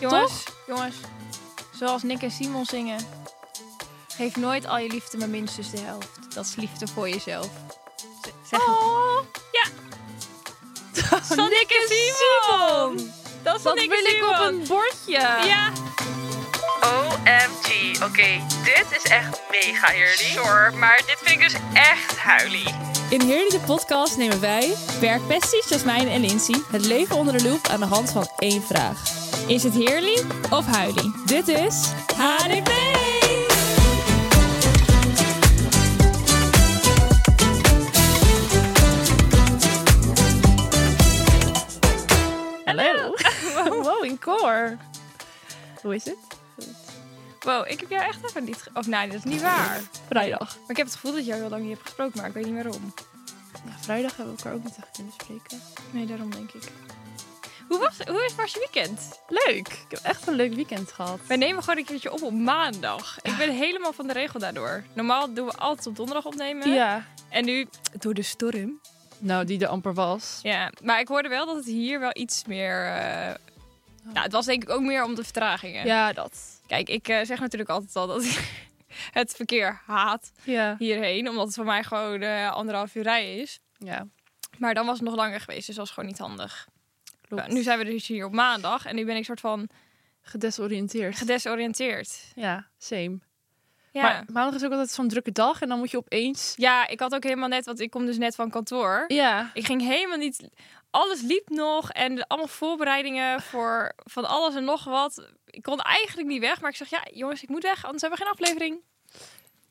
Jongens, jongens. Zoals Nick en Simon zingen. Geef nooit al je liefde maar minstens de helft. Dat is liefde voor jezelf. Z- Zeg Oh, Van Nick en Simon. dat is Dat Nick wil en ik op Simon. een bordje. Ja, OMG, oké, dit is echt mega eerlijk. Sorry, maar dit vind ik dus echt huilie. In Heerlijke Podcast nemen wij, werkpesties Jasmijn en Lindsay, het leven onder de loep aan de hand van één vraag. Is het heerlijk of huilie? Dit is HDP! Hallo. Wow, wow, in koor. Hoe is het? Wow, ik heb jou echt even niet... ge- Of nee, dat is niet waar. Vrijdag. Maar ik heb het gevoel dat je jou heel lang niet hebt gesproken, maar ik weet niet waarom. vrijdag hebben we elkaar ook niet echt kunnen spreken. Nee, daarom denk ik. Hoe was, hoe was je weekend? Leuk! Ik heb echt een leuk weekend gehad. Wij nemen gewoon een keertje op op maandag. Ik ben helemaal van de regel daardoor. Normaal doen we altijd op donderdag opnemen. Ja. En nu door de storm. Nou, die er amper was. Ja, maar ik hoorde wel dat het hier wel iets meer... eh, Nou, het was denk ik ook meer om de vertragingen. Ja, dat. Kijk, ik eh, zeg natuurlijk altijd al dat ik het verkeer haat Ja. hierheen. Omdat het voor mij gewoon eh, anderhalf uur rijden is. Ja, Maar dan was het nog langer geweest, dus dat was gewoon niet handig. klopt. Nou, nu zijn we dus hier op maandag en nu ben ik soort van Gedesoriënteerd. gedesoriënteerd. ja, same. Ja. Maar maandag is ook altijd zo'n drukke dag en dan moet je opeens... ja, ik had ook helemaal net, want ik kom dus net van kantoor. Ja. Ik ging helemaal niet. Alles liep nog en de- allemaal voorbereidingen voor van alles en nog wat. Ik kon eigenlijk niet weg, maar ik zeg ja, jongens, ik moet weg, anders hebben we geen aflevering.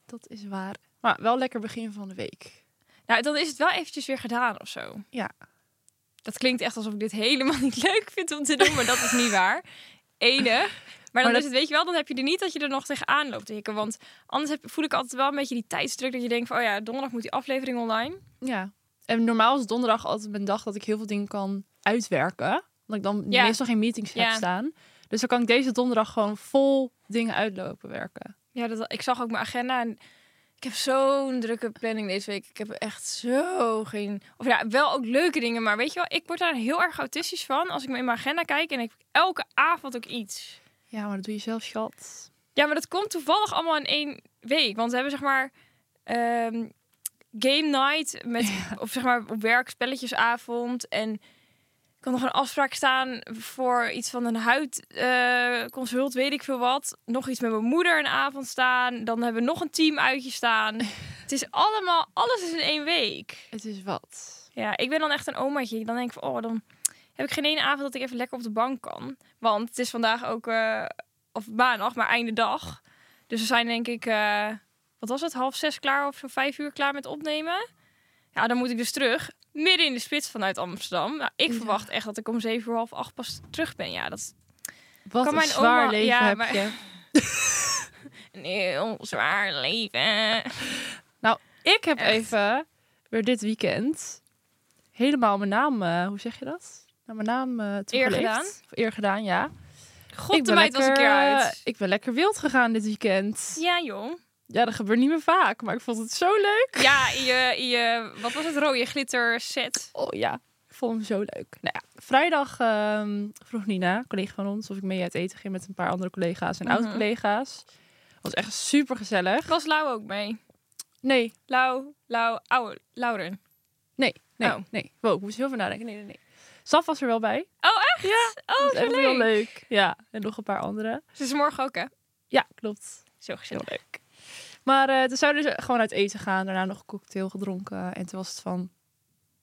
Dat is waar. Maar wel lekker begin van de week. Nou, dan is het wel eventjes weer gedaan of zo. Ja. Dat klinkt echt alsof ik dit helemaal niet leuk vind om te doen, maar dat is niet waar. Enig. Maar dan dat- is het, weet je wel, dan heb je er niet dat je er nog tegenaan loopt te hikken. Want anders heb, voel ik altijd wel een beetje die tijdsdruk dat je denkt van, oh ja, donderdag moet die aflevering online. Ja. En normaal is donderdag altijd mijn dag dat ik heel veel dingen kan uitwerken. Omdat ik dan Ja. meestal geen meetings heb Ja. staan. Dus dan kan ik deze donderdag gewoon vol dingen uitlopen werken. Ja, dat, ik zag ook mijn agenda en ik heb zo'n drukke planning deze week. Ik heb echt zo geen... Of ja, wel ook leuke dingen, maar weet je wel, ik word daar heel erg autistisch van als ik in mijn agenda kijk en ik heb elke avond ook iets. Ja, maar dat doe je zelf, schat. Ja, maar dat komt toevallig allemaal in één week. Want we hebben zeg maar ehm, game night met of zeg maar op werk spelletjesavond en ik had nog een afspraak staan voor iets van een huidconsult, consult, weet ik veel wat. Nog iets met mijn moeder een avond staan. Dan hebben we nog een team uitje staan. Het is allemaal, alles is in één week. Het is wat. Ja, ik ben dan echt een omaatje. Dan denk ik van, oh, dan heb ik geen ene avond dat ik even lekker op de bank kan. Want het is vandaag ook, eh, of maandag, maar einde dag. Dus we zijn denk ik, eh, wat was het, half zes klaar of zo vijf uur klaar met opnemen. Ja, dan moet ik dus terug, midden in de spits vanuit Amsterdam. Nou, ik Ja. verwacht echt dat ik om zeven uur, half acht pas terug ben. Ja, dat is Wat Kan een mijn zwaar oma- leven ja, heb maar- je. een heel zwaar leven. Ik heb Echt. even weer dit weekend helemaal mijn naam, eh, hoe zeg je dat? Nou, mijn naam eh toegeleefd. gedaan? Of Eer gedaan, ja. God, de meid was een keer eh, uit. Ik ben lekker wild gegaan dit weekend. Ja, jong. Ja, dat gebeurt niet meer vaak, maar ik vond het zo leuk. Ja, in je, in je, wat was het, rode glitter set. Oh ja, ik vond hem zo leuk. Nou ja, vrijdag ehm, vroeg Nina, een collega van ons, of ik mee uit eten ging met een paar andere collega's en Mhm. oud-collega's. was echt super gezellig. Was Lau ook mee? Nee, Lau, Lau, ouwe, Lauren. nee, nee, Oh. nee. Wow, ik moest heel veel nadenken. Nee, nee, nee. Saf was er wel bij. Oh, echt? Ja. Oh, Dat zo was echt leuk. heel leuk. Ja, en nog een paar andere. Ze is morgen ook, hè? Ja, klopt. Zo gezellig. leuk. Maar eh toen zouden ze gewoon uit eten gaan. Daarna nog een cocktail gedronken. En toen was het van,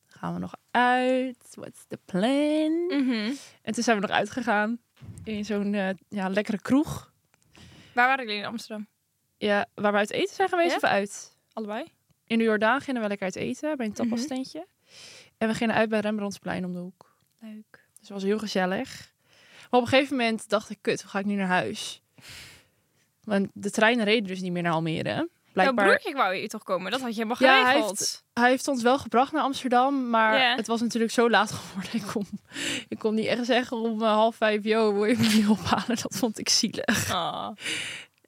gaan we nog uit? What's the plan? Mhm. En toen zijn we nog uitgegaan. In zo'n eh, ja, lekkere kroeg. Waar waren jullie in Amsterdam? Ja, waar we uit eten zijn geweest Ja? of uit? Allebei? In de Jordaan gingen we lekker uit eten. Bij een Mhm. tapastentje. En we gingen uit bij Rembrandtsplein om de hoek. Leuk. Dus het was heel gezellig. Maar op een gegeven moment dacht ik, kut, hoe ga ik nu naar huis? Want de treinen reden dus niet meer naar Almere. Jouw Blijkbaar, broertje wou hier toch komen? Dat had je helemaal Ja, hij geregeld. hij heeft ons wel gebracht naar Amsterdam, maar Ja. het was natuurlijk zo laat geworden. Ik kon, ik kon niet echt zeggen om eh, half vijf, yo, wil je me niet ophalen? Dat vond ik zielig. Oh.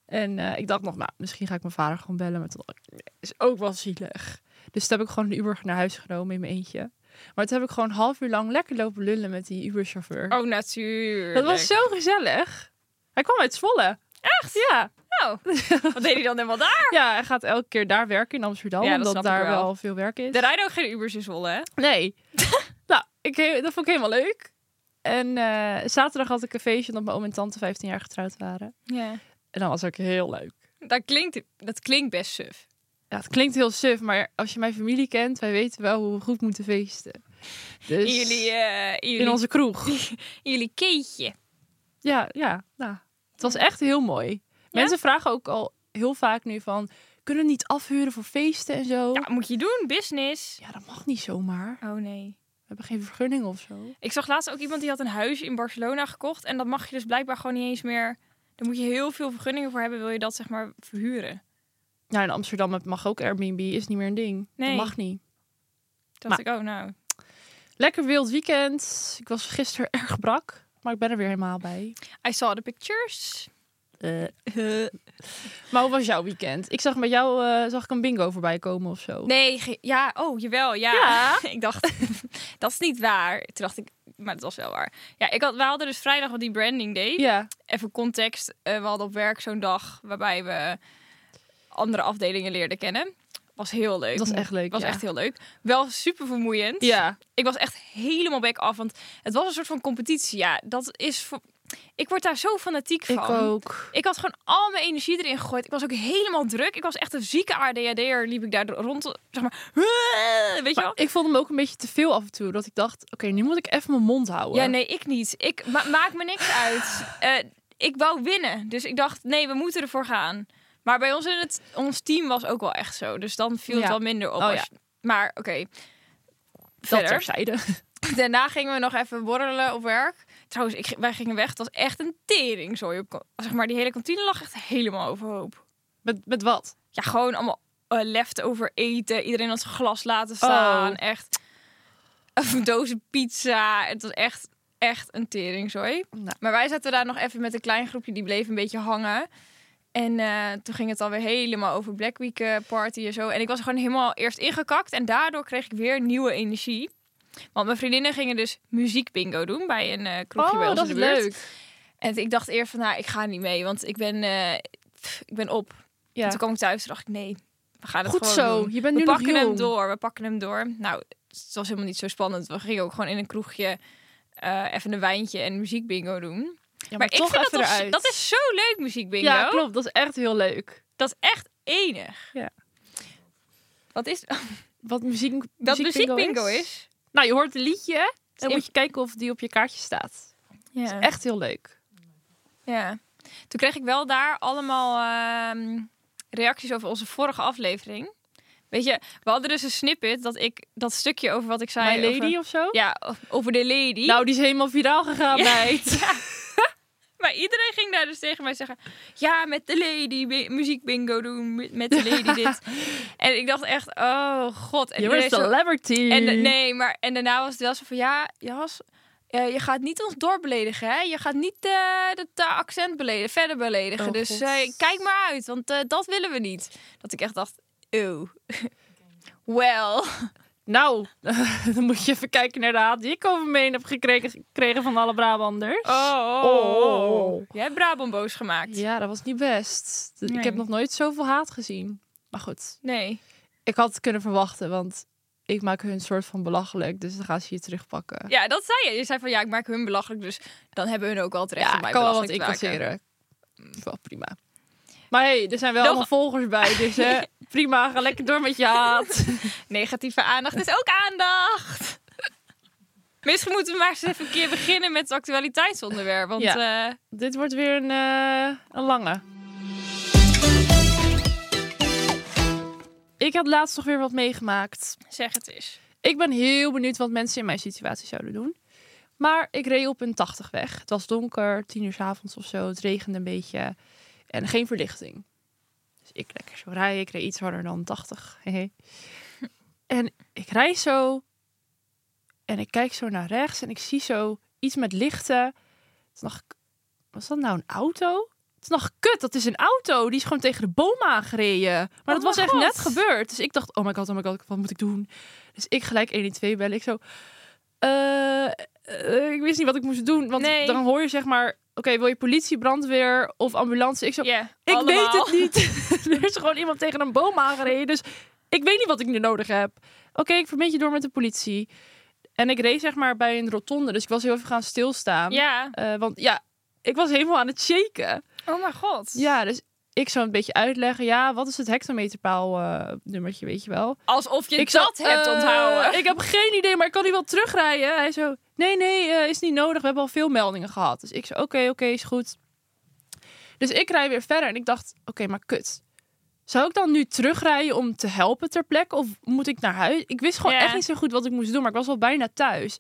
En eh, ik dacht nog, nou, misschien ga ik mijn vader gewoon bellen. Maar toen dacht ik, nee, is ook wel zielig. Dus toen heb ik gewoon een Uber naar huis genomen in mijn eentje. Maar toen heb ik gewoon een half uur lang lekker lopen lullen met die Uber-chauffeur. Oh, natuurlijk. dat was zo gezellig. Hij kwam uit Zwolle. Echt? Ja. Nou, wat deed hij dan helemaal daar? Ja, hij gaat elke keer daar werken in Amsterdam, Ja, dat omdat snap ik daar wel. wel. veel werk is. Er rijden ook geen Ubers in Zwolle, hè? Nee. nou, ik, he- dat vond ik helemaal leuk. En eh, zaterdag had ik een feestje omdat mijn oom en tante 15 jaar getrouwd waren. Ja. En dat was ook heel leuk. Dat klinkt, dat klinkt best suf. Ja, het klinkt heel suf, maar als je mijn familie kent, wij weten wel hoe we goed moeten feesten. Dus In jullie, eh, in jullie, in onze kroeg. in jullie keetje. Ja, ja. Nou, het was echt heel mooi. Mensen vragen ook al heel vaak nu van, kunnen we niet afhuren voor feesten en zo? Ja, moet je doen, business. ja dat mag niet zomaar. Oh nee. We hebben geen vergunning of zo. Ik zag laatst ook iemand die had een huis in Barcelona gekocht. En dat mag je dus blijkbaar gewoon niet eens meer. Daar moet je heel veel vergunningen voor hebben, wil je dat zeg maar verhuren. Nou, in Amsterdam het mag ook Airbnb, is niet meer een ding. Nee. Dat mag niet. Toen dacht ik, oh nou. Lekker wild weekend. Ik was gisteren erg brak, maar ik ben er weer helemaal bij. I saw the pictures. Eh. Maar hoe was jouw weekend? Ik zag met jou eh, zag ik een bingo voorbij komen of zo. Nee, ge- ja, oh jawel, ja. ik dacht, dat is niet waar. Toen dacht ik, maar dat was wel waar. Ja, ik had, we hadden dus vrijdag wat die branding day. Ja, Even context, eh, we hadden op werk zo'n dag waarbij we andere afdelingen leerden kennen. Was heel leuk. het was echt leuk. was ja. echt heel leuk. Wel super vermoeiend. Ja, Ik was echt helemaal back af, want het was een soort van competitie. Ja, dat is... voor- Ik word daar zo fanatiek van. ik ook. Ik had gewoon al mijn energie erin gegooid. Ik was ook helemaal druk. Ik was echt een zieke ADHD'er. Liep ik daar rond, zeg maar... Weet je Maar wel? ik vond hem ook een beetje te veel af en toe. Dat ik dacht, oké, nu moet ik even mijn mond houden. Ja, nee, ik niet. Ik ma- maakt me niks uit. Eh, ik wou winnen. Dus ik dacht, nee, we moeten ervoor gaan. Maar bij ons in het ons team was ook wel echt zo. Dus dan viel het Ja. wel minder op. Oh, als ja. je- Maar oké. dat Verder. terzijde. Daarna gingen we nog even borrelen op werk. Trouwens, ik, ging- wij gingen weg. Het was echt een teringzooi. op kan- Zeg maar, die hele kantine lag echt helemaal overhoop. Met, met wat? Ja, gewoon allemaal eh, leftover eten. Iedereen had zijn glas laten staan. Oh. Echt een dozen pizza. Het was echt, echt een teringzooi. Nou. Maar wij zaten daar nog even met een klein groepje. Die bleef een beetje hangen. En eh, toen ging het alweer helemaal over Black Week eh, party en zo. En ik was gewoon helemaal eerst ingekakt. En daardoor kreeg ik weer nieuwe energie. Want mijn vriendinnen gingen dus muziek bingo doen bij een eh Oh, kroegje bij ons in de buurt. En ik dacht eerst van, nou, ik ga niet mee, want ik ben, eh, pff, ik ben op. Ja. En toen kwam ik thuis en dacht ik, nee, we gaan het Goed gewoon zo. doen. Je bent We nu nog pakken jong. hem door, we pakken hem door. Nou, het was helemaal niet zo spannend. We gingen ook gewoon in een kroegje eh, even een wijntje en muziek bingo doen. Ja, maar, maar toch ik vind even dat, toch- eruit. dat is zo leuk, muziek bingo. Ja, klopt. Dat is echt heel leuk. Dat is echt enig. Ja. Wat is Wat muziek, dat muziek muziekbingo bingo is. is? Nou, je hoort het liedje en dan in- moet je kijken of die op je kaartje staat. Ja. Dat is echt heel leuk. Ja. Toen kreeg ik wel daar allemaal ehm, reacties over onze vorige aflevering. Weet je, we hadden dus een snippet dat ik dat stukje over wat ik zei. My Lady Over, of zo? ja, o- over de lady. Nou, die is helemaal viraal gegaan, Ja. meid. Maar iedereen ging daar dus tegen mij zeggen: ja, met de lady bi- muziek bingo doen, met- met de lady dit. en ik dacht echt, oh god. En Je iedereen bent zo- celebrity. En de- nee, maar en daarna was het wel zo van ja, Jas, eh, je gaat niet ons dorp beledigen, hè? Je gaat niet eh dat eh, accent beledigen, verder beledigen. Oh, dus God. eh, kijk maar uit, want eh, dat willen we niet. Dat ik echt dacht, eeuw. Wel, Nou, dan moet je even kijken naar de haat die ik over me heen heb gekregen, gekregen van alle Brabanders. oh, oh. jij hebt Brabant boos gemaakt. Ja, dat was niet best. D- Nee. Ik heb nog nooit zoveel haat gezien. Maar goed, Nee, ik had het kunnen verwachten, want ik maak hun soort van belachelijk. Dus dan gaan ze je terugpakken. ja, dat zei je. Je zei van ja, ik maak hun belachelijk, dus dan hebben hun ook wel terecht om mij ik kan wel wat belachelijk te maken. incasseren. Mm. Wel prima. Maar hey, er zijn wel Nog- allemaal volgers bij, dus hè, prima, ga lekker door met je haat. Negatieve aandacht is ook aandacht. Misschien moeten we maar eens even een keer beginnen met het actualiteitsonderwerp, want eh, Dit wordt weer een, eh, een lange. Ik had laatst nog weer wat meegemaakt. Zeg het eens. Ik ben heel benieuwd wat mensen in mijn situatie zouden doen. Maar ik reed op een 80 weg. Het was donker, tien uur 's avonds of zo. Het regende een beetje en geen verlichting. Dus ik lekker zo rijden. Ik reed iets harder dan 80. Hehe. en ik rijd zo en ik kijk zo naar rechts en ik zie zo iets met lichten. Toen dacht ik, was dat nou een auto? Toen dacht ik, kut, dat is een auto. Die is gewoon tegen de boom aangereden. Maar dat Oh mijn was echt God. net gebeurd. Dus ik dacht, oh my god, oh my god, wat moet ik doen? Dus ik gelijk 112 bellen. Ik zo, eh, eh, ik wist niet wat ik moest doen. Want Nee. dan hoor je zeg maar, oké, wil je politie, brandweer of ambulance? Ik zo, Ja, ik allemaal. weet het niet. er is gewoon iemand tegen een boom aangereden. Dus ik weet niet wat ik nu nodig heb. Oké, ik verbind je door met de politie. En ik reed zeg maar bij een rotonde. Dus ik was heel even gaan stilstaan. Ja. Eh, want ja, ik was helemaal aan het shaken. Oh mijn god. Ja, dus ik zou een beetje uitleggen. Ja, wat is het hectometerpaal eh, nummertje, weet je wel? Alsof je ik dat zou- hebt eh, onthouden. Ik heb geen idee, maar ik kan die wel terugrijden. Hij zo, nee, nee, eh, is niet nodig. We hebben al veel meldingen gehad. Dus ik zo, oké, oké, is goed. Dus ik rij weer verder en ik dacht, oké, maar kut. Zou ik dan nu terugrijden om te helpen ter plekke? Of moet ik naar huis? Ik wist gewoon Ja. echt niet zo goed wat ik moest doen, maar ik was al bijna thuis.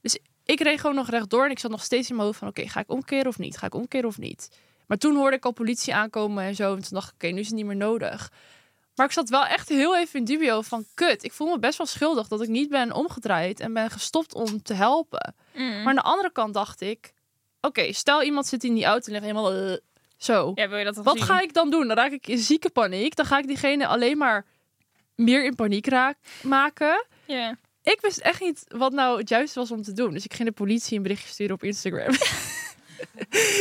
Dus ik reed gewoon nog rechtdoor en ik zat nog steeds in mijn hoofd van, oké, ga ik omkeren of niet? Ga ik omkeren of niet? Maar toen hoorde ik al politie aankomen en zo. En toen dacht ik, oké, nu is het niet meer nodig. Maar ik zat wel echt heel even in dubio van... kut, ik voel me best wel schuldig dat ik niet ben omgedraaid... en ben gestopt om te helpen. Mm. Maar aan de andere kant dacht ik... oké, stel iemand zit in die auto en ligt helemaal... eh, zo. Ja, wil je dat dan Wat zien? ga ik dan doen? Dan raak ik in zieke paniek. Dan ga ik diegene alleen maar meer in paniek raak, maken. Ja. Ik wist echt niet wat nou het juiste was om te doen. Dus ik ging de politie een berichtje sturen op Instagram.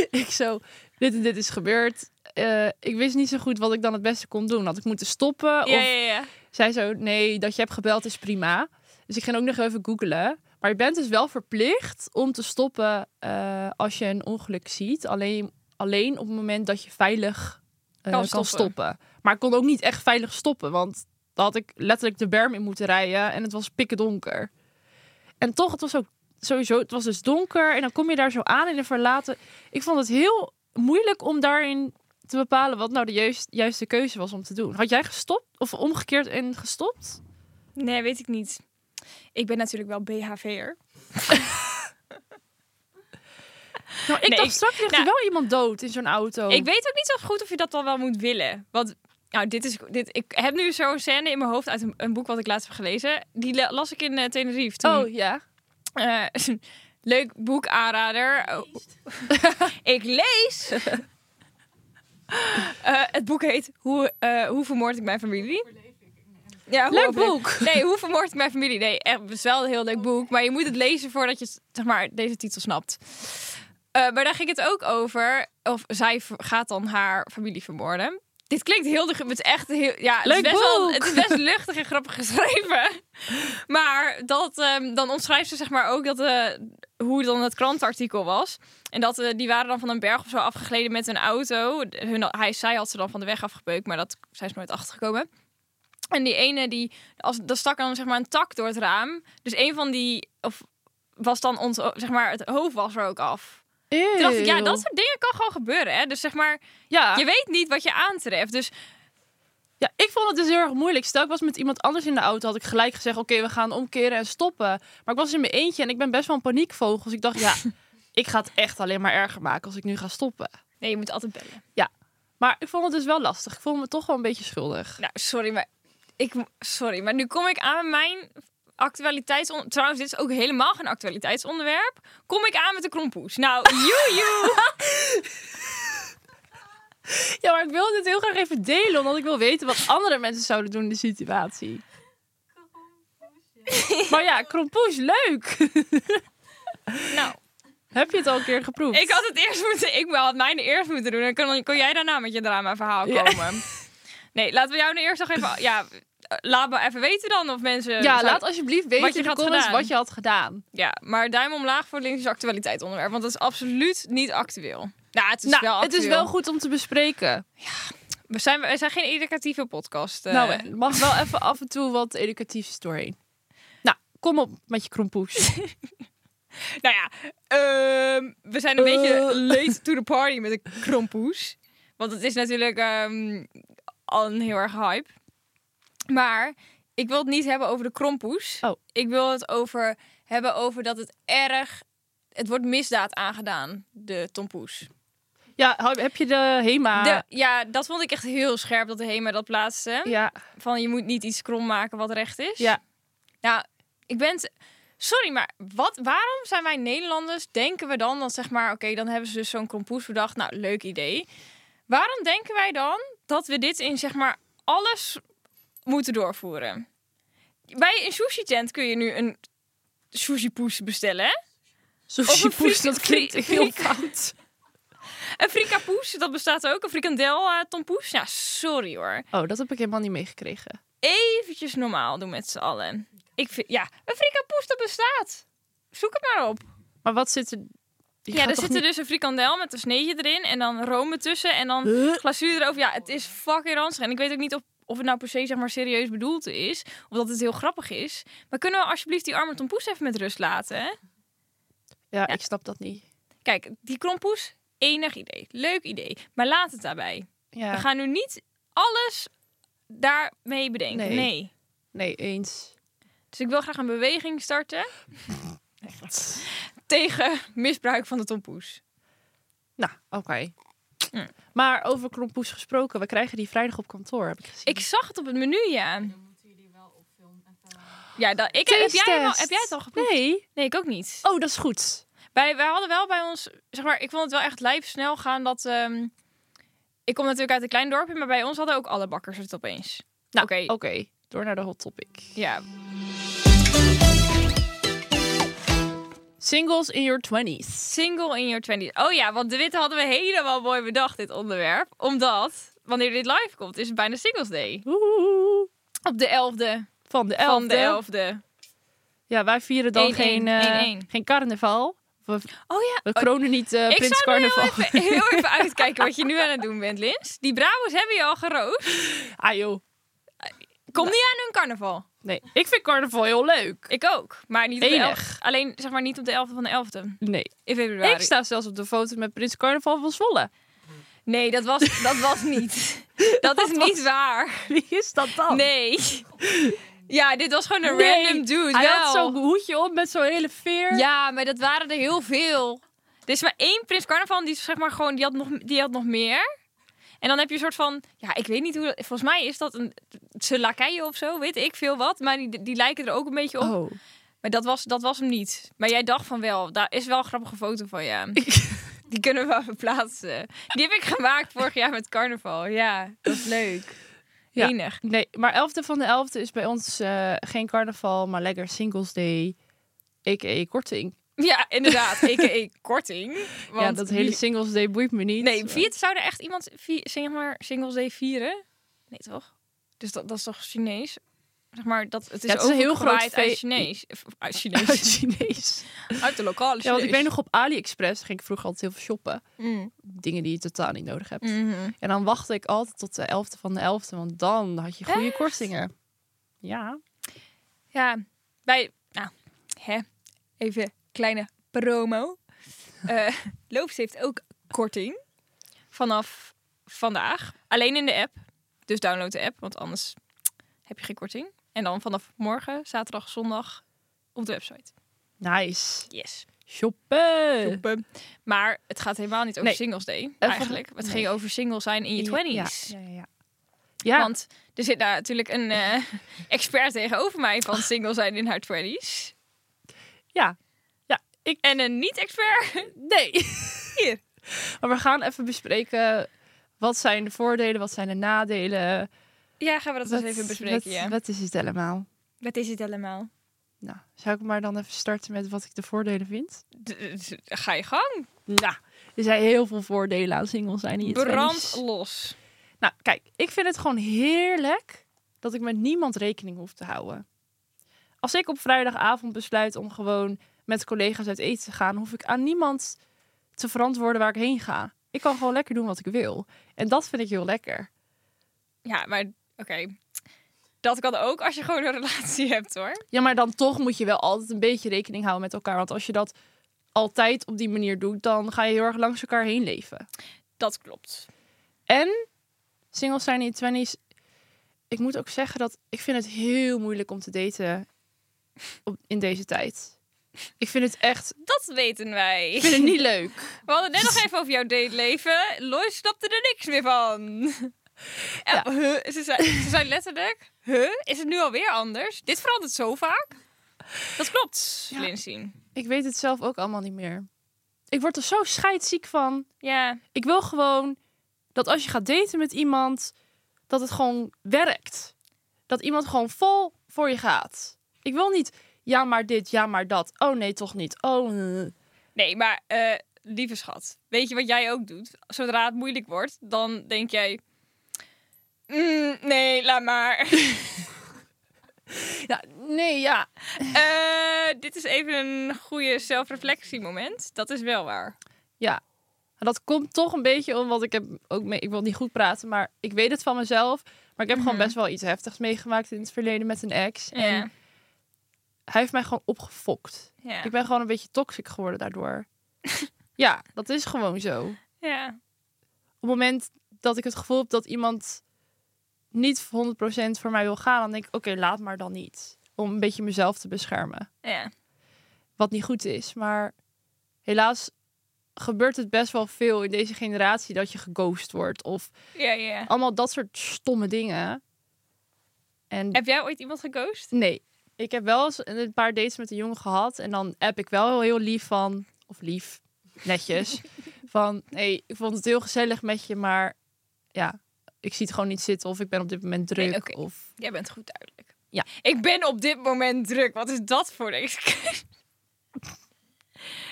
ik zo, dit en dit is gebeurd. Eh, ik wist niet zo goed wat ik dan het beste kon doen. Had ik moeten stoppen? Ja, of ja, ja. zij zo, nee, dat je hebt gebeld is prima. Dus ik ging ook nog even googlen. Maar je bent dus wel verplicht om te stoppen eh, als je een ongeluk ziet. Alleen, alleen op het moment dat je veilig Kan eh, kan, stoppen. stoppen. Maar ik kon ook niet echt veilig stoppen. Want dan had ik letterlijk de berm in moeten rijden. En het was pikken donker. En toch, het was ook sowieso, het was dus donker. En dan kom je daar zo aan in een verlaten... Ik vond het heel moeilijk om daarin te bepalen wat nou de juist, juiste keuze was om te doen. Had jij gestopt of omgekeerd en gestopt? Nee, weet ik niet. Ik ben natuurlijk wel BHV'er. Nou, ik Nee, dacht ik- straks ligt nou- er wel iemand dood in zo'n auto. Ik weet ook niet zo goed of je dat dan wel moet willen. Want nou, dit is, dit, ik heb nu zo'n scène in mijn hoofd uit een, een boek wat ik laatst heb gelezen. Die la- las ik in eh, Tenerife. Toen, Oh ja. Eh, leuk boek aanrader. Oh. ik lees. Eh, het boek heet Hoe, eh, hoe vermoord ik mijn familie? Ja, hoe Leuk overleef- boek. Nee, hoe vermoord ik mijn familie? Nee, echt, het is wel een heel leuk boek. Maar je moet het lezen voordat je zeg maar, deze titel snapt. Eh, maar daar ging het ook over. Of zij ver- gaat dan haar familie vermoorden. Dit klinkt heel... de- Het is echt heel... Ja, het Leuk is best wel- boek. het is best luchtig en grappig geschreven. Maar dat, ehm, dan omschrijft ze zeg maar ook dat, eh, hoe dan het krantartikel was. En dat eh, die waren dan van een berg of zo afgegleden met een auto. Hun, hij, zij had ze dan van de weg afgebeukt, maar dat zijn ze nooit achtergekomen. En die ene, die, als, daar stak dan zeg maar een tak door het raam. Dus een van die, of was dan ons, zeg maar, het hoofd was er ook af. Toen dacht ik, ja, Eeuw. dat soort dingen kan gewoon gebeuren, hè. Dus zeg maar, Ja. je weet niet wat je aantreft. Dus ja, ik vond het dus heel erg moeilijk. Stel, ik was met iemand anders in de auto, had ik gelijk gezegd... oké, we gaan omkeren en stoppen. Maar ik was in mijn eentje en ik ben best wel een paniekvogel. Dus ik dacht, ja, ik ga het echt alleen maar erger maken als ik nu ga stoppen. nee, je moet altijd bellen. Maar ik vond het dus wel lastig. Ik voelde me toch wel een beetje schuldig. Nou, sorry, maar ik, sorry, maar nu kom ik aan mijn actualiteitsonderwerp. Trouwens, dit is ook helemaal geen actualiteitsonderwerp. Kom ik aan met de krompoes. Nou, joe, joe. Ja, maar ik wilde dit heel graag even delen... omdat ik wil weten wat andere mensen zouden doen in de situatie. Maar ja, krompoes, leuk! nou, Heb je het al een keer geproefd? ik had het eerst moeten, ik had mijn eerst moeten doen. En kon, kon jij daarna met je drama verhaal Ja. komen. Nee, laten we jou nu eerst nog even, ja, eh, laat me even weten dan of mensen. Ja, zouden- laat alsjeblieft weten Wat je in de had comments gedaan. wat je had gedaan. Ja, maar duim omlaag voor Lindsay's actualiteitsonderwerp, want dat is absoluut niet actueel. Nou, het is nou, wel het actueel. is wel goed om te bespreken. We zijn, we zijn geen educatieve podcast. eh. Nou, het mag wel even af en toe wat educatiefs doorheen. Nou, kom op met je krompoes. Nou ja, ehm, we zijn een Eh. beetje late to the party met de krompoes. Want het is natuurlijk ehm, al een heel erg hype. Maar ik wil het niet hebben over de krompoes. Oh. Ik wil het over hebben over dat het erg... Het wordt misdaad aangedaan, de tompoes. ja, heb je de HEMA? De- ja, dat vond ik echt heel scherp dat de HEMA dat plaatste. Ja, Van je moet niet iets krom maken wat recht is. ja. Nou, ik ben het Sorry, maar wat, waarom zijn wij Nederlanders, denken we dan dat zeg maar, oké, dan hebben ze dus zo'n kompoes bedacht. Nou, leuk idee. Waarom denken wij dan dat we dit in zeg maar alles moeten doorvoeren? Bij een sushi tent kun je nu een sushi poes bestellen. hè? Sushi poes, friet- dat klinkt friet- heel fout. Een frikapoes, dat bestaat ook. Een frikandel eh, tompoes. Ja, sorry hoor. Oh, dat heb ik helemaal niet meegekregen. Eventjes normaal doen met z'n allen. Ik vind, ja, een frikapoes, dat bestaat. Zoek het maar op. Maar wat zit er... Je ja, gaat er toch zit er dus een frikandel met een sneetje erin en dan room ertussen en dan Huh? glazuur erover. Ja, het is fucking ranzig. En ik weet ook niet of, of het nou per se zeg maar serieus bedoeld is, of dat het heel grappig is. Maar kunnen we alsjeblieft die arme tompoes even met rust laten? hè? Ja, ik snap dat niet. Kijk, die krompoes, enig idee. Leuk idee. Maar laat het daarbij. Ja, We gaan nu niet alles daarmee bedenken. Nee. Nee. nee, eens. Dus ik wil graag een beweging starten tegen misbruik van de tompoes. Nou, oké. Hm. Maar over krompoes gesproken, we krijgen die vrijdag op kantoor, heb ik gezien. Ik zag het op het menu, ja. Ja, dat, ik, heb, Taste jij hem al- test. heb jij het al geproefd? Nee. Nee, ik ook niet. Oh, dat is goed. Wij, wij hadden wel bij ons, zeg maar, ik vond het wel echt lijf snel gaan dat. ehm, ik kom natuurlijk uit een klein dorpje, maar bij ons hadden ook alle bakkers het opeens. Nou, oké. Oké, door naar de hot topic. Ja. Singles in your 20s. Single in your 20s. Oh ja, want de witte hadden we helemaal mooi bedacht, dit onderwerp. Omdat, wanneer dit live komt, is het bijna Singles Day. Oeh, Op de 11e. Van de 11e. Van de 11e. Ja, wij vieren dan 1-1, geen, eh, 1-1. geen carnaval. We, Oh ja. we kronen niet eh, Ik prins zou er carnaval. heel even, heel even uitkijken wat je nu aan het doen bent, Lins. Die Brabants hebben je al geroost. Ah joh. Kom niet aan hun carnaval. Nee, ik vind carnaval heel leuk. Ik ook, maar niet op de Enig. 11e. Alleen zeg maar niet op de 11e van de 11e. Nee, In februari. ik sta zelfs op de foto met prins carnaval van Zwolle. Nee, dat was, dat was niet. Dat, is was- niet waar. Wie is dat dan? Nee. Ja, dit was gewoon een Nee, random dude. Hij wel. had zo'n hoedje op met zo'n hele veer. Ja, maar dat waren er heel veel. Er is maar één Prins Carnaval, en die, is zeg maar gewoon, die, had nog, die had nog meer. En dan heb je een soort van, ja, ik weet niet hoe, dat- volgens mij is dat een, ze lakeien of zo, weet ik veel wat. Maar die, die lijken er ook een beetje op. Oh. Maar dat was, dat was hem niet. Maar jij dacht van wel, daar is wel een grappige foto van, ja. Die kunnen we wel verplaatsen. Die heb ik gemaakt vorig jaar met carnaval. Ja, dat is leuk. Ja. Enig. Nee, maar 11e van de 11e is bij ons eh, geen carnaval, maar lekker Singles Day. A.k.a. korting. Ja, inderdaad. Ik korting. Want ja, dat hele Singles Day boeit me niet. Nee, Maar- viert, zou er echt iemand vi- zeg maar, Singles Day vieren? Nee, toch? Dus dat, dat is toch Chinees? Zeg maar, dat, het is, Ja, het is een heel groot overgewaaid uit fe- Chinees. Of Uit Uit Chinees. Chinees. uit de lokale Chinees. Ja, want ik weet nog op AliExpress ging ik vroeger altijd heel veel shoppen. Mm. Dingen die je totaal niet nodig hebt. Mhm. En dan wachtte ik altijd tot de 11e van de 11e, want dan had je goede kortingen. Ja. Ja, wij... Nou, hè. Even kleine promo. Eh Loops heeft ook korting. Vanaf vandaag. Alleen in de app. Dus download de app, want anders heb je geen korting. En dan vanaf morgen, zaterdag, zondag op de website. Nice. Yes. Shoppen. Joepen. Maar het gaat helemaal niet over Nee. Singles Day Eh, eigenlijk. Het nee. ging over single zijn in je Ja, 20s. Ja, ja, ja. ja. Want er zit daar natuurlijk een eh, expert tegenover mij van single zijn in haar 20s. Ja. Ja, Ik... En een niet-expert. Nee. Hier. Maar we gaan even bespreken wat zijn de voordelen, wat zijn de nadelen. Ja, gaan we dat wat, eens even bespreken. Wat, ja. wat is het allemaal? Wat is het allemaal? Nou, zou ik maar dan even starten met wat ik de voordelen vind? D- d- Ga je gang. Nou, er zijn heel veel voordelen aan single zijn in je 20's. Brand los. Nou, kijk, ik vind het gewoon heerlijk dat ik met niemand rekening hoef te houden. Als ik op vrijdagavond besluit om gewoon met collega's uit eten te gaan, hoef ik aan niemand te verantwoorden waar ik heen ga. Ik kan gewoon lekker doen wat ik wil. En dat vind ik heel lekker. Ja, maar oké. Dat kan ook als je gewoon een relatie hebt hoor. Ja, maar dan toch moet je wel altijd een beetje rekening houden met elkaar. Want als je dat altijd op die manier doet, dan ga je heel erg langs elkaar heen leven. Dat klopt. En singles zijn in je twenties. Ik moet ook zeggen dat ik vind het heel moeilijk om te daten op, in deze tijd. Ik vind het echt, Dat weten wij. ik vind het niet leuk. We hadden het net nog even over jouw dateleven. Lois snapte er niks meer van. En, Ja. huh, ze, zei, ze zei letterlijk, huh, is het nu alweer anders? Dit verandert zo vaak. Dat klopt, Ja. Lindsay. Ik weet het zelf ook allemaal niet meer. Ik word er zo scheidziek van. Ja, Ik wil gewoon dat als je gaat daten met iemand, dat het gewoon werkt. Dat iemand gewoon vol voor je gaat. Ik wil niet, ja maar dit, ja maar dat. Oh nee, toch niet. Oh, eh. nee, maar eh, lieve schat, weet je wat jij ook doet? Zodra het moeilijk wordt, dan denk jij... "Mm, nee, laat maar. ja, nee, ja. Eh, dit is even een goede zelfreflectiemoment. Dat is wel waar. En Dat komt toch een beetje om, want ik heb ook mee, ik wil niet goed praten, maar ik weet het van mezelf. Maar ik heb Mhm. gewoon best wel iets heftigs meegemaakt in het verleden met een ex. En Ja. hij heeft mij gewoon opgefokt. Ja. Ik ben gewoon een beetje toxic geworden daardoor. ja, dat is gewoon zo. Op ja. het moment dat ik het gevoel heb dat iemand niet 100% voor mij wil gaan, dan denk ik, oké, laat maar dan niet. Om een beetje mezelf te beschermen ja. wat niet goed is. Maar helaas gebeurt het best wel veel in deze generatie dat je geghost wordt. Of Ja, ja. allemaal dat soort stomme dingen. En Heb jij ooit iemand geghost? nee, ik heb wel eens een paar dates met een jongen gehad. En dan app ik wel heel lief van, of lief, netjes. van, hey, ik vond het heel gezellig met je, maar ja, ik zie het gewoon niet zitten. Of ik ben op dit moment druk. Nee, oké. Of Jij bent goed duidelijk. Ja. Ik ben op dit moment druk. Wat is dat voor een excuus?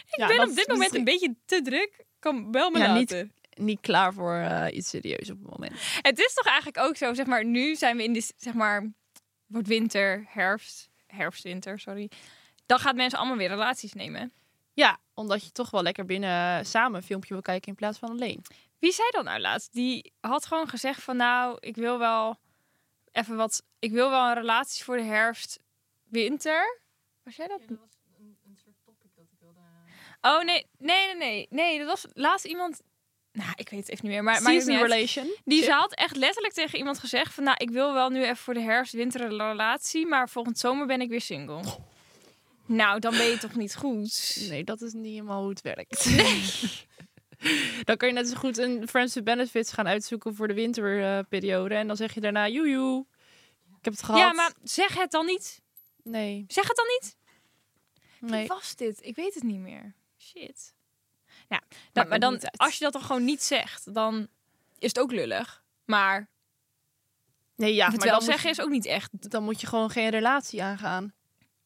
Ja, ik ben dat op is dit moment een beetje te druk. Kan wel me Ja, niet- laten. niet klaar voor eh, iets serieus op het moment. Het is toch eigenlijk ook zo, zeg maar, nu zijn we in de, zeg maar, wordt winter, herfst, herfst, winter, sorry. Dan gaat mensen allemaal weer relaties nemen. Ja, omdat je toch wel lekker binnen eh, samen een filmpje wil kijken in plaats van alleen. Wie zei dat nou laatst? Die had gewoon gezegd van, nou, ik wil wel even wat, ik wil wel een relatie voor de herfst, winter. Was jij dat? Oh nee, nee, nee, nee, nee. Dat was laatst iemand. Nou, ik weet het even niet meer. Maar, maar Season niet uit. relation. Die ze had echt letterlijk tegen iemand gezegd van... nou, ik wil wel nu even voor de herfst-winter een relatie... maar volgend zomer ben ik weer single. Nou, dan ben je toch niet goed? Nee, dat is niet helemaal hoe het werkt. dan kan je net zo goed een Friends with Benefits gaan uitzoeken voor de winterperiode. en dan zeg je daarna, joejoe, ik heb het gehad. Ja, maar zeg het dan niet. Nee, Zeg het dan niet. Wie nee. was dit? Ik weet het niet meer. Shit. Nou, Maakt dan, maar ook dan, niet uit. als je dat dan gewoon niet zegt... dan is het ook lullig. Maar Nee, ja, het maar wel dan, zeggen moet is ook niet echt. je, dan moet je gewoon geen relatie aangaan.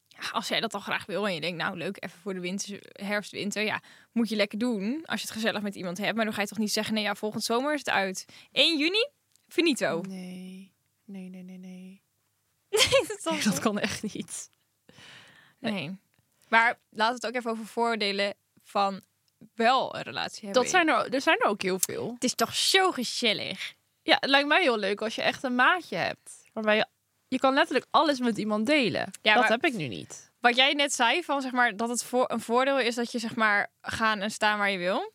Ja, Als jij dat dan graag wil en je denkt... nou, leuk, even voor de winter, herfst-winter. Ja, moet je lekker doen als je het gezellig met iemand hebt. Maar dan ga je toch niet zeggen... nee, ja, volgend zomer is het uit. 1 juni? Oh. Finito. Nee, nee, nee, nee, nee. Nee, Dat kan echt niet. Nee. Maar laten we het ook even over voordelen van wel een relatie hebben. Dat zijn er, er zijn er ook heel veel. Het is toch zo gezellig. Ja, het lijkt mij heel leuk als je echt een maatje hebt. Waarbij je, je kan letterlijk alles met iemand delen. Ja, dat maar- heb ik nu niet. Wat jij net zei van zeg maar dat het voor een voordeel is dat je zeg maar gaan en staan waar je wil.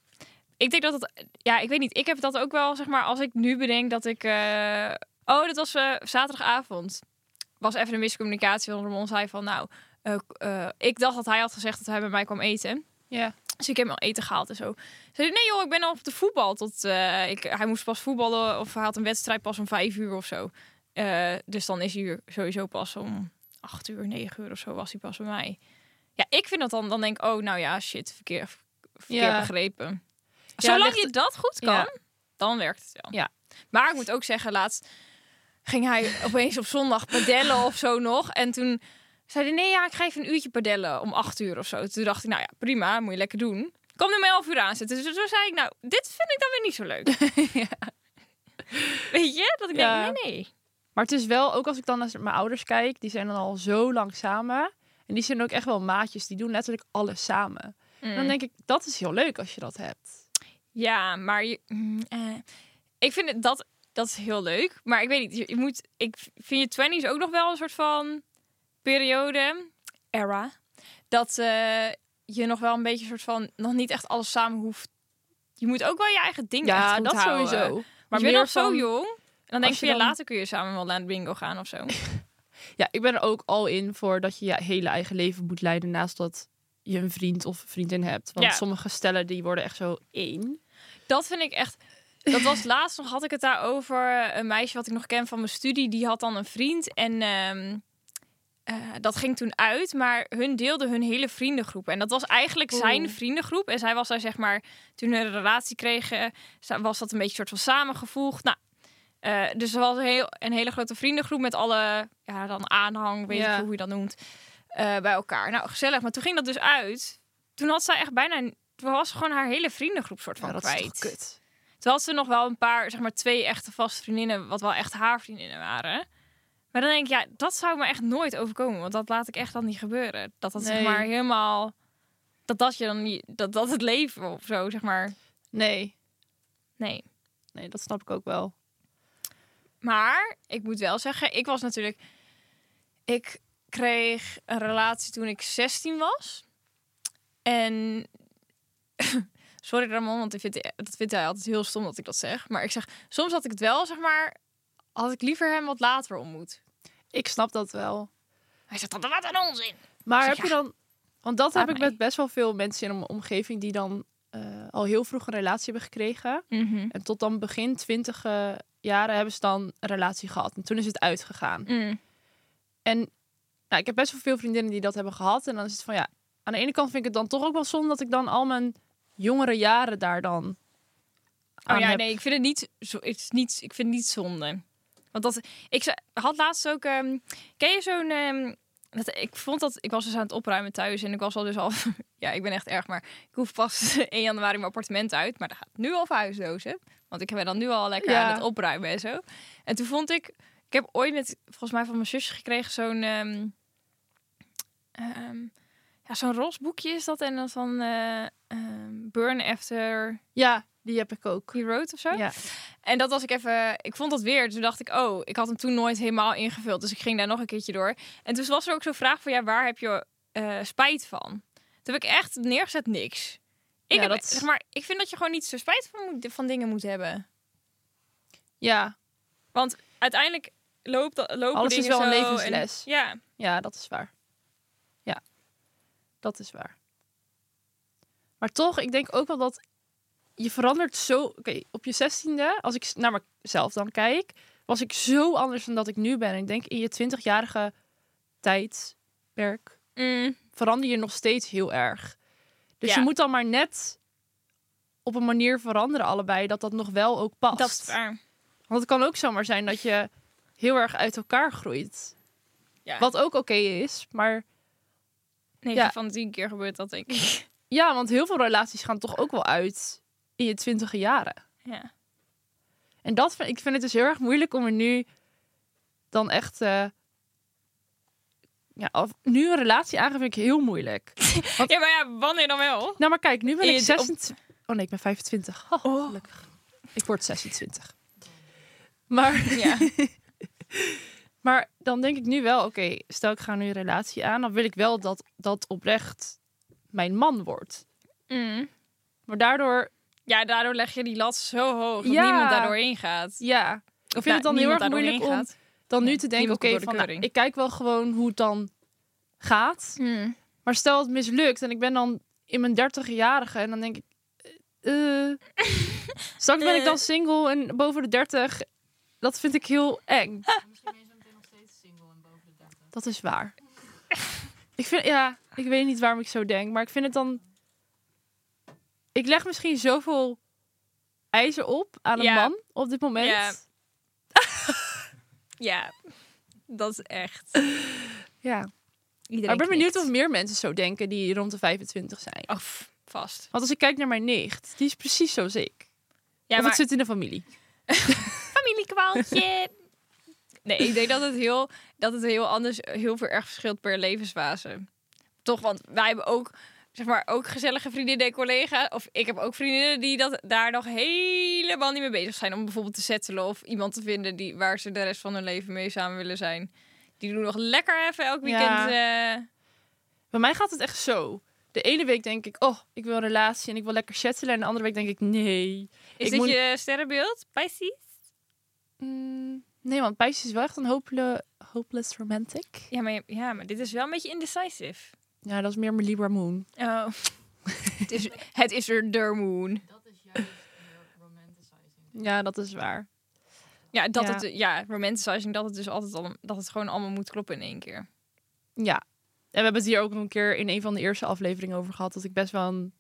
Ik denk dat het, ja, ik weet niet. Ik heb dat ook wel zeg maar als ik nu bedenk dat ik, eh, oh, dat was eh, zaterdagavond. Was even een miscommunicatie want Ramon zei van, nou, eh, k- eh, ik dacht dat hij had gezegd dat hij bij mij kwam eten. Ja. Dus ik heb hem al eten gehaald en zo. Ze zei, nee joh, ik ben al op de voetbal. Tot, eh, ik, hij moest pas voetballen of hij had een wedstrijd pas om vijf uur of zo. Eh, dus dan is hij hier sowieso pas om acht uur, negen uur of zo was hij pas bij mij. Ja, ik vind dat dan, dan denk ik, oh nou ja, shit, verkeer, verkeer Ja. begrepen. Ja, Zolang ligt- je dat goed kan, Ja. dan werkt het wel. Ja. Maar ik moet ook zeggen, laatst ging hij opeens op zondag padellen of zo nog. En toen zei hij, nee ja, ik ga even een uurtje padellen om acht uur of zo. Toen dacht ik, nou ja, prima, moet je lekker doen. Kom er maar elf uur aan zitten. Dus toen zei ik, nou, dit vind ik dan weer niet zo leuk. Weet je? Dat ik Ja. denk, nee, nee. Maar het is wel, ook als ik dan naar mijn ouders kijk, die zijn dan al zo lang samen. En die zijn ook echt wel maatjes, die doen letterlijk alles samen. En dan denk ik, dat is heel leuk als je dat hebt. Mm. Ja, maar je, mm, eh, ik vind het, dat, dat is heel leuk. Maar ik weet niet, je, je moet, ik vind je twenties ook nog wel een soort van periode, era, dat eh, je nog wel een beetje soort van nog niet echt alles samen hoeft. Je moet ook wel je eigen ding echt goed dat houden. sowieso. Maar Maar je bent meer nog zo van- jong. En dan denk als je, van, je ja, dan- later kun je samen wel naar de bingo gaan of zo. Ja, ik ben er ook al in voor dat je je hele eigen leven moet leiden naast dat je een vriend of vriendin hebt. Want Ja. sommige stellen die worden echt zo één. Dat vind ik echt. Dat was laatst nog, had ik het eh, daarover. Een meisje wat ik nog ken van mijn studie, die had dan een vriend. En ehm, eh, dat ging toen uit, maar hun deelden hun hele vriendengroep. En dat was eigenlijk zijn Oeh. vriendengroep. En zij was daar, zeg maar, toen hun een relatie kregen, za- was dat een beetje soort van samengevoegd. Nou, eh, dus er was een, heel, een hele grote vriendengroep met alle, ja, dan aanhang, weet Ja. ik veel hoe je dat noemt, eh, bij elkaar. Nou, gezellig. Maar toen ging dat dus uit. Toen had zij echt bijna, toen was ze gewoon haar hele vriendengroep soort van Ja, dat is kwijt. toch kut. Toen had ze nog wel een paar, zeg maar twee echte vaste vriendinnen, wat wel echt haar vriendinnen waren. Maar dan denk ik, ja, dat zou me echt nooit overkomen, want dat laat ik echt dan niet gebeuren. Dat dat zeg Nee. maar helemaal, dat dat je dan niet, dat dat het leven of zo, zeg maar. Nee, Nee. nee, dat snap ik ook wel. Maar ik moet wel zeggen, ik was natuurlijk, ik kreeg een relatie toen ik 16 was. En sorry Ramon, want ik vind, dat vindt hij altijd heel stom dat ik dat zeg. Maar ik zeg, soms had ik het wel, zeg maar, had ik liever hem wat later ontmoet. Ik snap dat wel. Hij zegt, dat wat een onzin. Maar zeg, heb je dan... Want dat laat heb ik mij. met best wel veel mensen in mijn omgeving... die dan eh, al heel vroeg een relatie hebben gekregen. En tot dan begin twintig jaren hebben ze dan een relatie gehad. En toen is het uitgegaan. Mm. En nou, ik heb best wel veel vriendinnen die dat hebben gehad. En dan is het van ja, aan de ene kant vind ik het dan toch ook wel zonde dat ik dan al mijn jongere jaren daar dan aan Oh ja, heb. nee, ik vind het niet, zo, het is niet, ik vind het niet zonde. Want dat, ik ze- had laatst ook, ehm, ken je zo'n, ehm, dat, ik vond dat, ik was dus aan het opruimen thuis en ik was al dus al, ja, ik ben echt erg, maar ik hoef pas 1 januari mijn appartement uit, maar dat gaat nu al verhuisdozen. Want ik ben dan nu al lekker Ja. aan het opruimen en zo. En toen vond ik, ik heb ooit met, volgens mij van mijn zusje gekregen zo'n, ehm, ehm, ja, zo'n roze boekje is dat en dan van eh, ehm, Burn After Ja, die heb ik ook. He Road of zo. Ja. En dat was ik even. Ik vond dat weer. Toen dacht ik, oh, ik had hem toen nooit helemaal ingevuld. Dus ik ging daar nog een keertje door. En toen was er ook zo'n vraag van ja, waar heb je eh, spijt van? Toen heb ik echt neergezet niks. Ik, Ja, heb, dat- zeg maar, ik vind dat je gewoon niet zo spijt van, moet, van dingen moet hebben. ja, Want uiteindelijk loopt dat. Lopen Alles is dingen wel een zo levensles. En, ja. ja, dat is waar. Ja, dat is waar. Maar toch, ik denk ook wel dat je verandert zo... Oké, op je zestiende, als ik s- naar mezelf dan kijk, was ik zo anders dan dat ik nu ben. Ik denk in je twintigjarige tijdperk Mm, verander je nog steeds heel erg. Dus Ja. je moet dan maar net op een manier veranderen allebei dat dat nog wel ook past. dat is waar. Want het kan ook zomaar zijn dat je heel erg uit elkaar groeit. Ja. Wat ook oké is, maar 9 Ja. van 10 keer gebeurt dat, denk ik. ja, want heel veel relaties gaan toch ook wel uit in je twintige jaren. Ja. En dat vind ik vind het dus heel erg moeilijk om er nu dan echt eh, ja, of, nu een relatie aan vind ik heel moeilijk. ja, maar ja, wanneer dan wel? Nou, maar kijk, nu ben In ik je de- op- 26. Oh nee, ik ben 25. Oh, gelukkig. Ik word 26. Maar, Ja. maar dan denk ik nu wel, oké, stel ik ga nu een relatie aan, dan wil ik wel dat dat oprecht mijn man wordt. Mm. Maar daardoor, Ja, daardoor leg je die lat zo hoog dat Ja. niemand daardoor gaat. ja, ik vind Nou, het dan heel niemand erg daardoor moeilijk om ingaat. dan nu Ja, te denken, niemand oké, komt door de van, nou, keuring. ik kijk wel gewoon hoe het dan gaat. Mm. Maar stel het mislukt en ik ben dan in mijn dertigjarige en dan denk ik... eh, eh, straks ben ik Eh. dan single en boven de dertig. Dat vind ik heel eng. Dat is waar. Ik vind, ja, ik weet niet waarom ik zo denk, maar ik vind het dan... Ik leg misschien zoveel ijzer op aan een Ja. man op dit moment. Ja. Ja, dat is echt. Ja. Maar ik ben benieuwd of meer mensen zo denken die rond de 25 zijn. Of Oh, vast. Want als ik kijk naar mijn nicht, die is precies zoals ik. Ja, of maar het zit in de familie. familiekwaaltje. nee, ik denk dat het heel, dat het heel anders, heel veel erg verschilt per levensfase. Toch, want wij hebben ook, zeg maar, ook gezellige vriendinnen en collega's. Of ik heb ook vriendinnen die dat, daar nog helemaal niet mee bezig zijn. Om bijvoorbeeld te settelen of iemand te vinden die, waar ze de rest van hun leven mee samen willen zijn. Die doen nog lekker even elk Ja. weekend. eh, Bij mij gaat het echt zo. De ene week denk ik, oh, ik wil een relatie en ik wil lekker settelen. En de andere week denk ik, nee. is Ik dit moet- je sterrenbeeld? Pisces? Mm, nee, want Pisces is wel echt een hopele- hopeless romantic. Ja maar, je- ja, maar dit is wel een beetje indecisive. Ja, dat is meer mijn Libra moon. Oh. het, is, het is er der moon. Ja, dat is waar. Ja, dat eh, Ja. Het, ja, romanticizing, dat het dus altijd al, dat het gewoon allemaal moet kloppen in één keer. Ja. En we hebben het hier ook nog een keer in een van de eerste afleveringen over gehad. Dat ik best wel een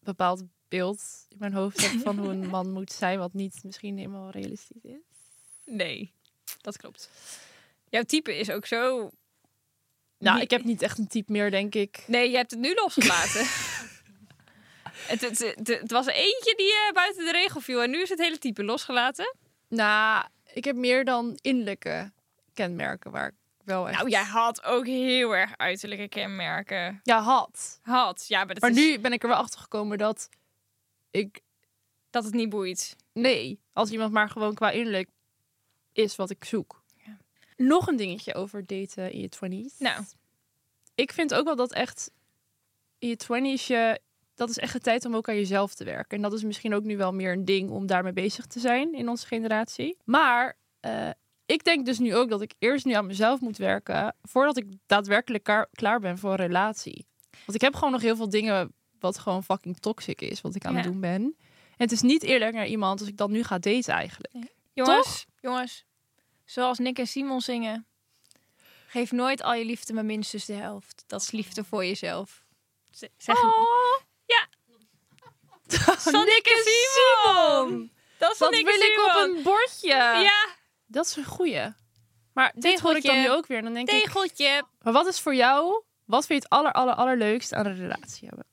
bepaald beeld in mijn hoofd heb van hoe een man moet zijn. Wat niet misschien helemaal realistisch is. Nee, dat klopt. Jouw type is ook zo... Nou, Nee. ik heb niet echt een type meer, denk ik. Nee, je hebt het nu losgelaten. het, het, het, het was er eentje die eh, buiten de regel viel. En nu is het hele type losgelaten. Nou, ik heb meer dan innerlijke kenmerken waar ik wel echt... Nou, jij had ook heel erg uiterlijke kenmerken. Ja, had. Had. Ja, maar, dat, Maar is- nu ben ik er wel achter gekomen dat ik dat het niet boeit. Nee, als iemand maar gewoon qua innerlijk is wat ik zoek. Ja. Nog een dingetje over daten in je twenties. Nou. Ik vind ook wel dat echt in je twenties je... Dat is echt de tijd om ook aan jezelf te werken. En dat is misschien ook nu wel meer een ding om daarmee bezig te zijn in onze generatie. Maar eh, ik denk dus nu ook dat ik eerst nu aan mezelf moet werken... voordat ik daadwerkelijk kaar- klaar ben voor een relatie. Want ik heb gewoon nog heel veel dingen wat gewoon fucking toxic is... wat ik aan het Ja. doen ben. En het is niet eerlijk naar iemand als ik dat nu ga daten eigenlijk. Jongens, jongens. Zoals Nick en Simon zingen. Geef nooit al je liefde maar minstens de helft. Dat is liefde voor jezelf. Z- Zeg Ja. Van Oh, Nick en Simon. Dat is van Wat Nick wil en ik op Simon. een bordje? Ja, Dat is een goeie. Maar dit hoor ik Tegeltje. dan nu ook weer. en Dan denk ik, tegeltje. maar wat is voor jou, wat vind je het aller, aller, allerleukst aan een relatie hebben?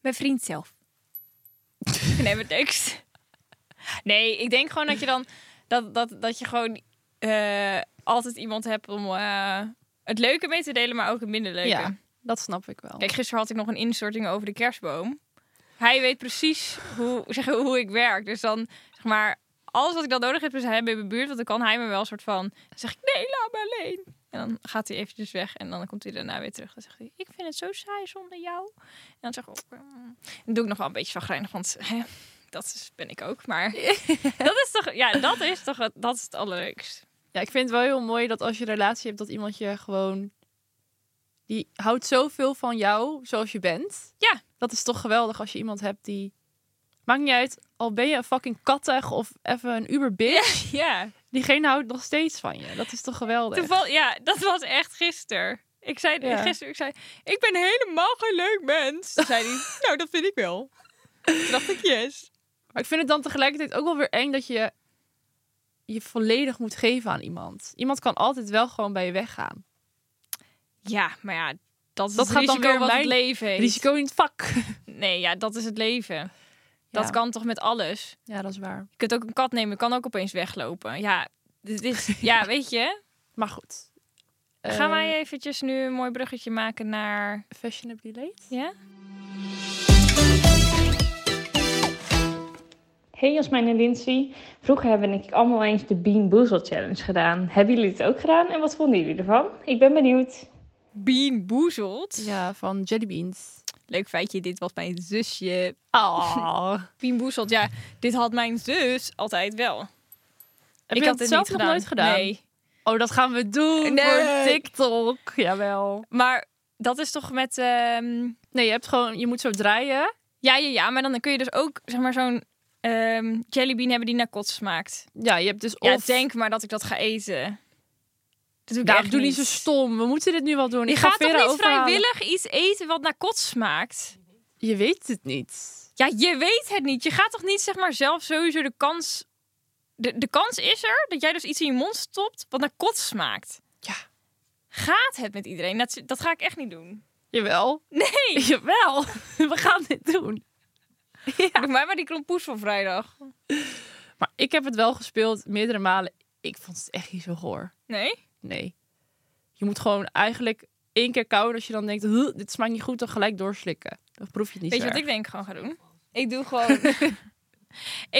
Mijn vriend zelf. nee, mijn tekst. Nee, ik denk gewoon dat je dan... Dat, dat, dat je gewoon eh, altijd iemand hebt om eh, het leuke mee te delen, maar ook het minder leuke. Ja, dat snap ik wel. Kijk, gisteren had ik nog een instorting over de kerstboom. Hij weet precies hoe, zeg, maar, hoe ik werk. Dus dan, zeg maar, alles wat ik dan nodig heb is hij bij mijn buurt. Want dan kan hij me wel een soort van... Dan zeg ik, nee, laat me alleen. En dan gaat hij eventjes weg. En dan komt hij daarna weer terug. Dan zegt hij, ik vind het zo saai zonder jou. En dan zeg ik, oh, mm. dan doe ik nog wel een beetje zagrijnig. Want hè, dat is, ben ik ook. Maar dat is toch... Ja, dat is toch het- dat is het allerleukst. Ja, ik vind het wel heel mooi dat als je een relatie hebt, dat iemand je gewoon... Die houdt zoveel van jou zoals je bent. Ja. Dat is toch geweldig als je iemand hebt die... Maakt niet uit, al ben je een fucking kattig of even een uber bitch. Ja. Diegene houdt nog steeds van je. Dat is toch geweldig? Toeval, ja, dat was echt gisteren. Ik zei Ja. gisteren, ik zei, ik ben helemaal geen leuk mens. Toen zei hij, nou, dat vind ik wel. Toen dacht ik, yes. Maar ik vind het dan tegelijkertijd ook wel weer eng dat je je volledig moet geven aan iemand. Iemand kan altijd wel gewoon bij je weggaan. Ja, maar ja, dat is Dat het gaat dan risico weer wat mijn het leven heeft. Risico in het vak. Nee, ja, dat is het leven. Dat Ja. kan toch met alles. Ja, dat is waar. Je kunt ook een kat nemen, je kan ook opeens weglopen. Ja, dit is, ja weet je. Maar goed. Gaan Eh, wij eventjes nu een mooi bruggetje maken naar... fashionably late? Ja? Hey Jasmijn en Lindsay, vroeger hebben ik allemaal eens de Bean Boozled Challenge gedaan. Hebben jullie het ook gedaan en wat vonden jullie ervan? Ik ben benieuwd. Bean Boezeld. Ja, van Jellybeans. Leuk feitje, dit was mijn zusje. Oh. Pien Boezelt, ja, dit had mijn zus altijd wel. Heb ik had je had het zelf nog nooit gedaan? Nee. Oh, dat gaan we doen Nee. voor TikTok. Jawel. Maar dat is toch met... ehm, Nee, je hebt gewoon, je moet zo draaien. Ja, ja, ja. Maar dan kun je dus ook zeg maar zo'n ehm jellybean hebben die naar kots smaakt. Ja, je hebt dus Ja, of... denk maar dat ik dat ga eten. Dat doe ik Nou, echt doe niet zo stom. We moeten dit nu wel doen. Je Ik ga gaat toch Vera niet overhalen. vrijwillig iets eten wat naar kots smaakt? Je weet het niet. Ja, je weet het niet. Je gaat toch niet zeg maar zelf sowieso de kans... De, de kans is er dat jij dus iets in je mond stopt wat naar kots smaakt. Ja. Gaat het met iedereen? Dat, dat ga ik echt niet doen. Jawel. Nee. Jawel. We gaan dit doen. Doe mij maar die krompoes van vrijdag. Maar ik heb het wel gespeeld meerdere malen. Ik vond het echt niet zo goor. Nee? Nee. Je moet gewoon eigenlijk één keer kouden. Als je dan denkt, "Huh, dit smaakt niet goed, dan gelijk doorslikken. Dan proef je het niet Weet je zo wat ik erg. denk ik gewoon ga doen? Ik doe gewoon...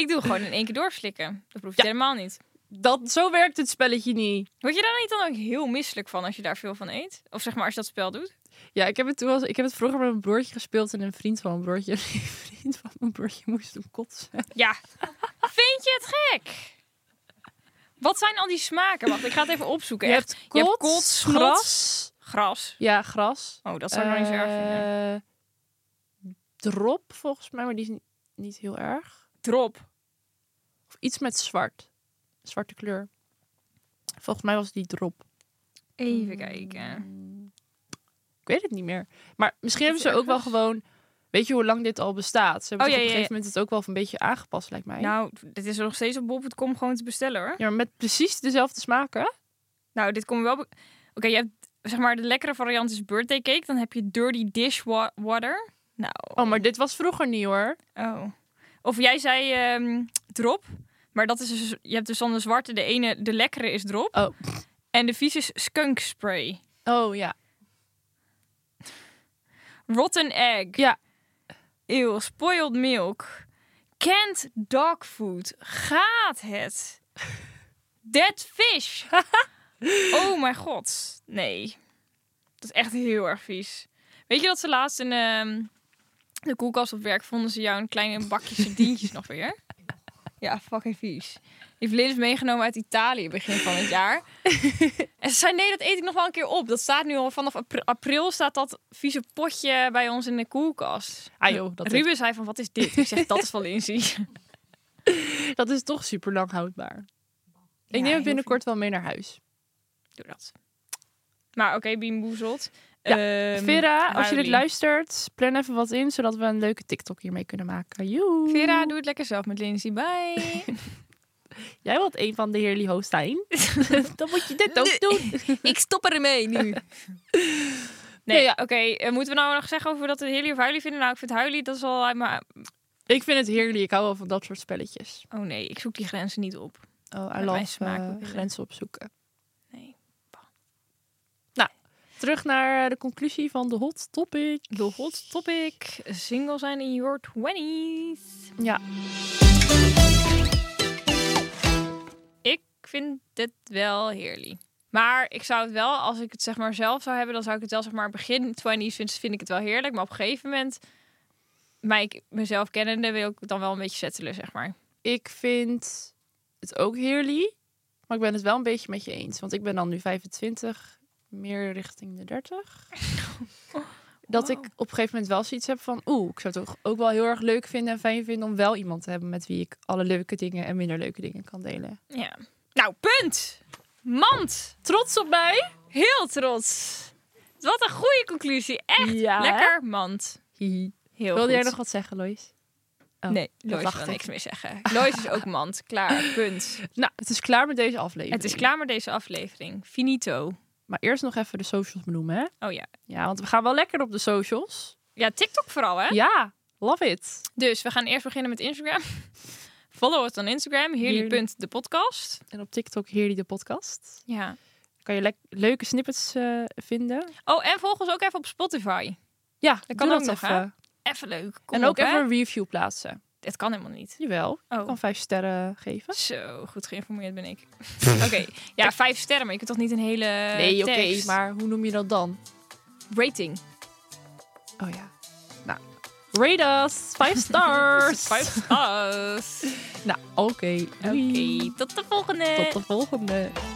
ik doe gewoon in één keer doorslikken. Dat proef je Ja. helemaal niet. Dat, zo werkt het spelletje niet. Word je daar niet dan ook heel misselijk van als je daar veel van eet? Of zeg maar als je dat spel doet? Ja, ik heb het, toen, wel eens- ik heb het vroeger met mijn broertje gespeeld en een vriend van mijn broertje. Een vriend van mijn broertje moest hem kotsen. Ja. Vind je het gek? Wat zijn al die smaken? Wacht, ik ga het even opzoeken. Echt. je hebt kots, gras. gras. Gras. Ja, gras. Oh, dat zou ik nog niet zo erg vinden. Eh, Drop volgens mij, maar die is niet, niet heel erg. Drop. Of iets met zwart. Zwarte kleur. Volgens mij was die drop. Hmm. Even ehm, kijken. Ik weet het niet meer. Maar misschien hebben is ze ook wel ergens. gewoon... Weet je hoe lang dit al bestaat? Ze hebben Oh, ja, toch op een ja, gegeven moment het ook wel een beetje aangepast, lijkt mij. Nou, dit is er nog steeds op bol.com gewoon te bestellen hoor. Ja, maar met precies dezelfde smaken. Nou, dit komt wel. be- Oké, je hebt zeg maar de lekkere variant is birthday cake. Dan heb je dirty dish wa- water. Nou, Oh, maar dit was vroeger niet hoor. oh. Of jij zei ehm, drop. Maar dat is dus, je hebt dus dan de zwarte, de ene, de lekkere is drop. Oh. En de vies is skunk spray. Oh ja. Rotten egg. Ja. Eeuw, spoiled milk. Canned dog food. Gaat het? Dead fish. oh mijn god. Nee. Dat is echt heel erg vies. Weet je dat ze laatst in ehm, de koelkast op werk vonden ze jou een kleine bakje sardientjes nog weer? Ja, fucking vies. Die heeft Liz meegenomen uit Italië begin van het jaar. en ze zei, nee, dat eet ik nog wel een keer op. Dat staat nu al vanaf apr- april staat dat vieze potje bij ons in de koelkast. Ah joh, dat, Ruben zei van, wat is dit? Ik zeg, dat is van Lindsay. is, dat is toch super lang houdbaar. Ja, ik neem heel het binnenkort wel mee naar huis. Doe dat. Maar oké, biemboezeld. Ja, Ehm, Vera, als je dit huilie. luistert, plan even wat in, zodat we een leuke TikTok hiermee kunnen maken. Joe. Vera, doe het lekker zelf met Lindsay. Bye. Jij wilt een van de Heerly hosts zijn. Dan moet je dit ook doen. ik stop ermee nu. Nee, Nee, ja. oké. eh, moeten we nou nog zeggen over dat we Hilly of Huilie vinden? Nou, ik vind Huilie, dat is al uit mijn... Ik vind het Heerly, ik hou wel van dat soort spelletjes. Oh nee, ik zoek die grenzen niet op. Oh, I Met mijn love smaak eh, ook weer. grenzen opzoeken. Nee. Nou, terug naar eh, de conclusie van de hot topic. De hot topic, single zijn in your 20s. Ja. Ik vind dit wel heerlijk. Maar ik zou het wel, als ik het zeg maar zelf zou hebben, dan zou ik het wel zeg maar begin 20s vind, vind ik het wel heerlijk. Maar op een gegeven moment, mij, mezelf kennende, wil ik dan wel een beetje settelen, zeg maar. Ik vind het ook heerlijk. Maar ik ben het wel een beetje met je eens. Want ik ben dan nu 25, meer richting de 30. Dat ik Wauw. op een gegeven moment wel zoiets heb van... Oeh, ik zou het toch ook wel heel erg leuk vinden en fijn vinden... om wel iemand te hebben met wie ik alle leuke dingen en minder leuke dingen kan delen. Ja. Nou, punt! Mand! Trots op mij! Heel trots! Wat een goede conclusie. Echt Ja, hè? lekker mand. Hihi. Heel Wilde jij goed. nog wat zeggen, Lois? Oh, nee, dat Lois dacht wil ik. niks meer zeggen. Lois is ook mand. Klaar, punt. Nou, het is klaar met deze aflevering. Het is klaar met deze aflevering. Finito. Maar eerst nog even de socials benoemen, hè? Oh ja. Ja, want we gaan wel lekker op de socials. Ja, TikTok vooral, hè? Ja, love it. Dus we gaan eerst beginnen met Instagram. Follow ons dan Instagram, heerlijk.depodcast. En op TikTok Heerly de podcast. Ja. kan je lek- leuke snippets eh, vinden. Oh, en volg ons ook even op Spotify. Ja, kan doe ook dat nog, hè? even. Even leuk. Kom En ook op, hè? even een review plaatsen. Dit kan helemaal niet. Jawel, je Oh, kan vijf sterren geven. zo goed geïnformeerd ben ik. Oké, ja, vijf sterren, maar je kunt toch niet een hele nee, oké, tekst? maar hoe noem je dat dan? Rating. Oh ja, nou. Rate us, five stars. Vijf stars. Nou, oké. Oké, doei. tot de volgende. Tot de volgende.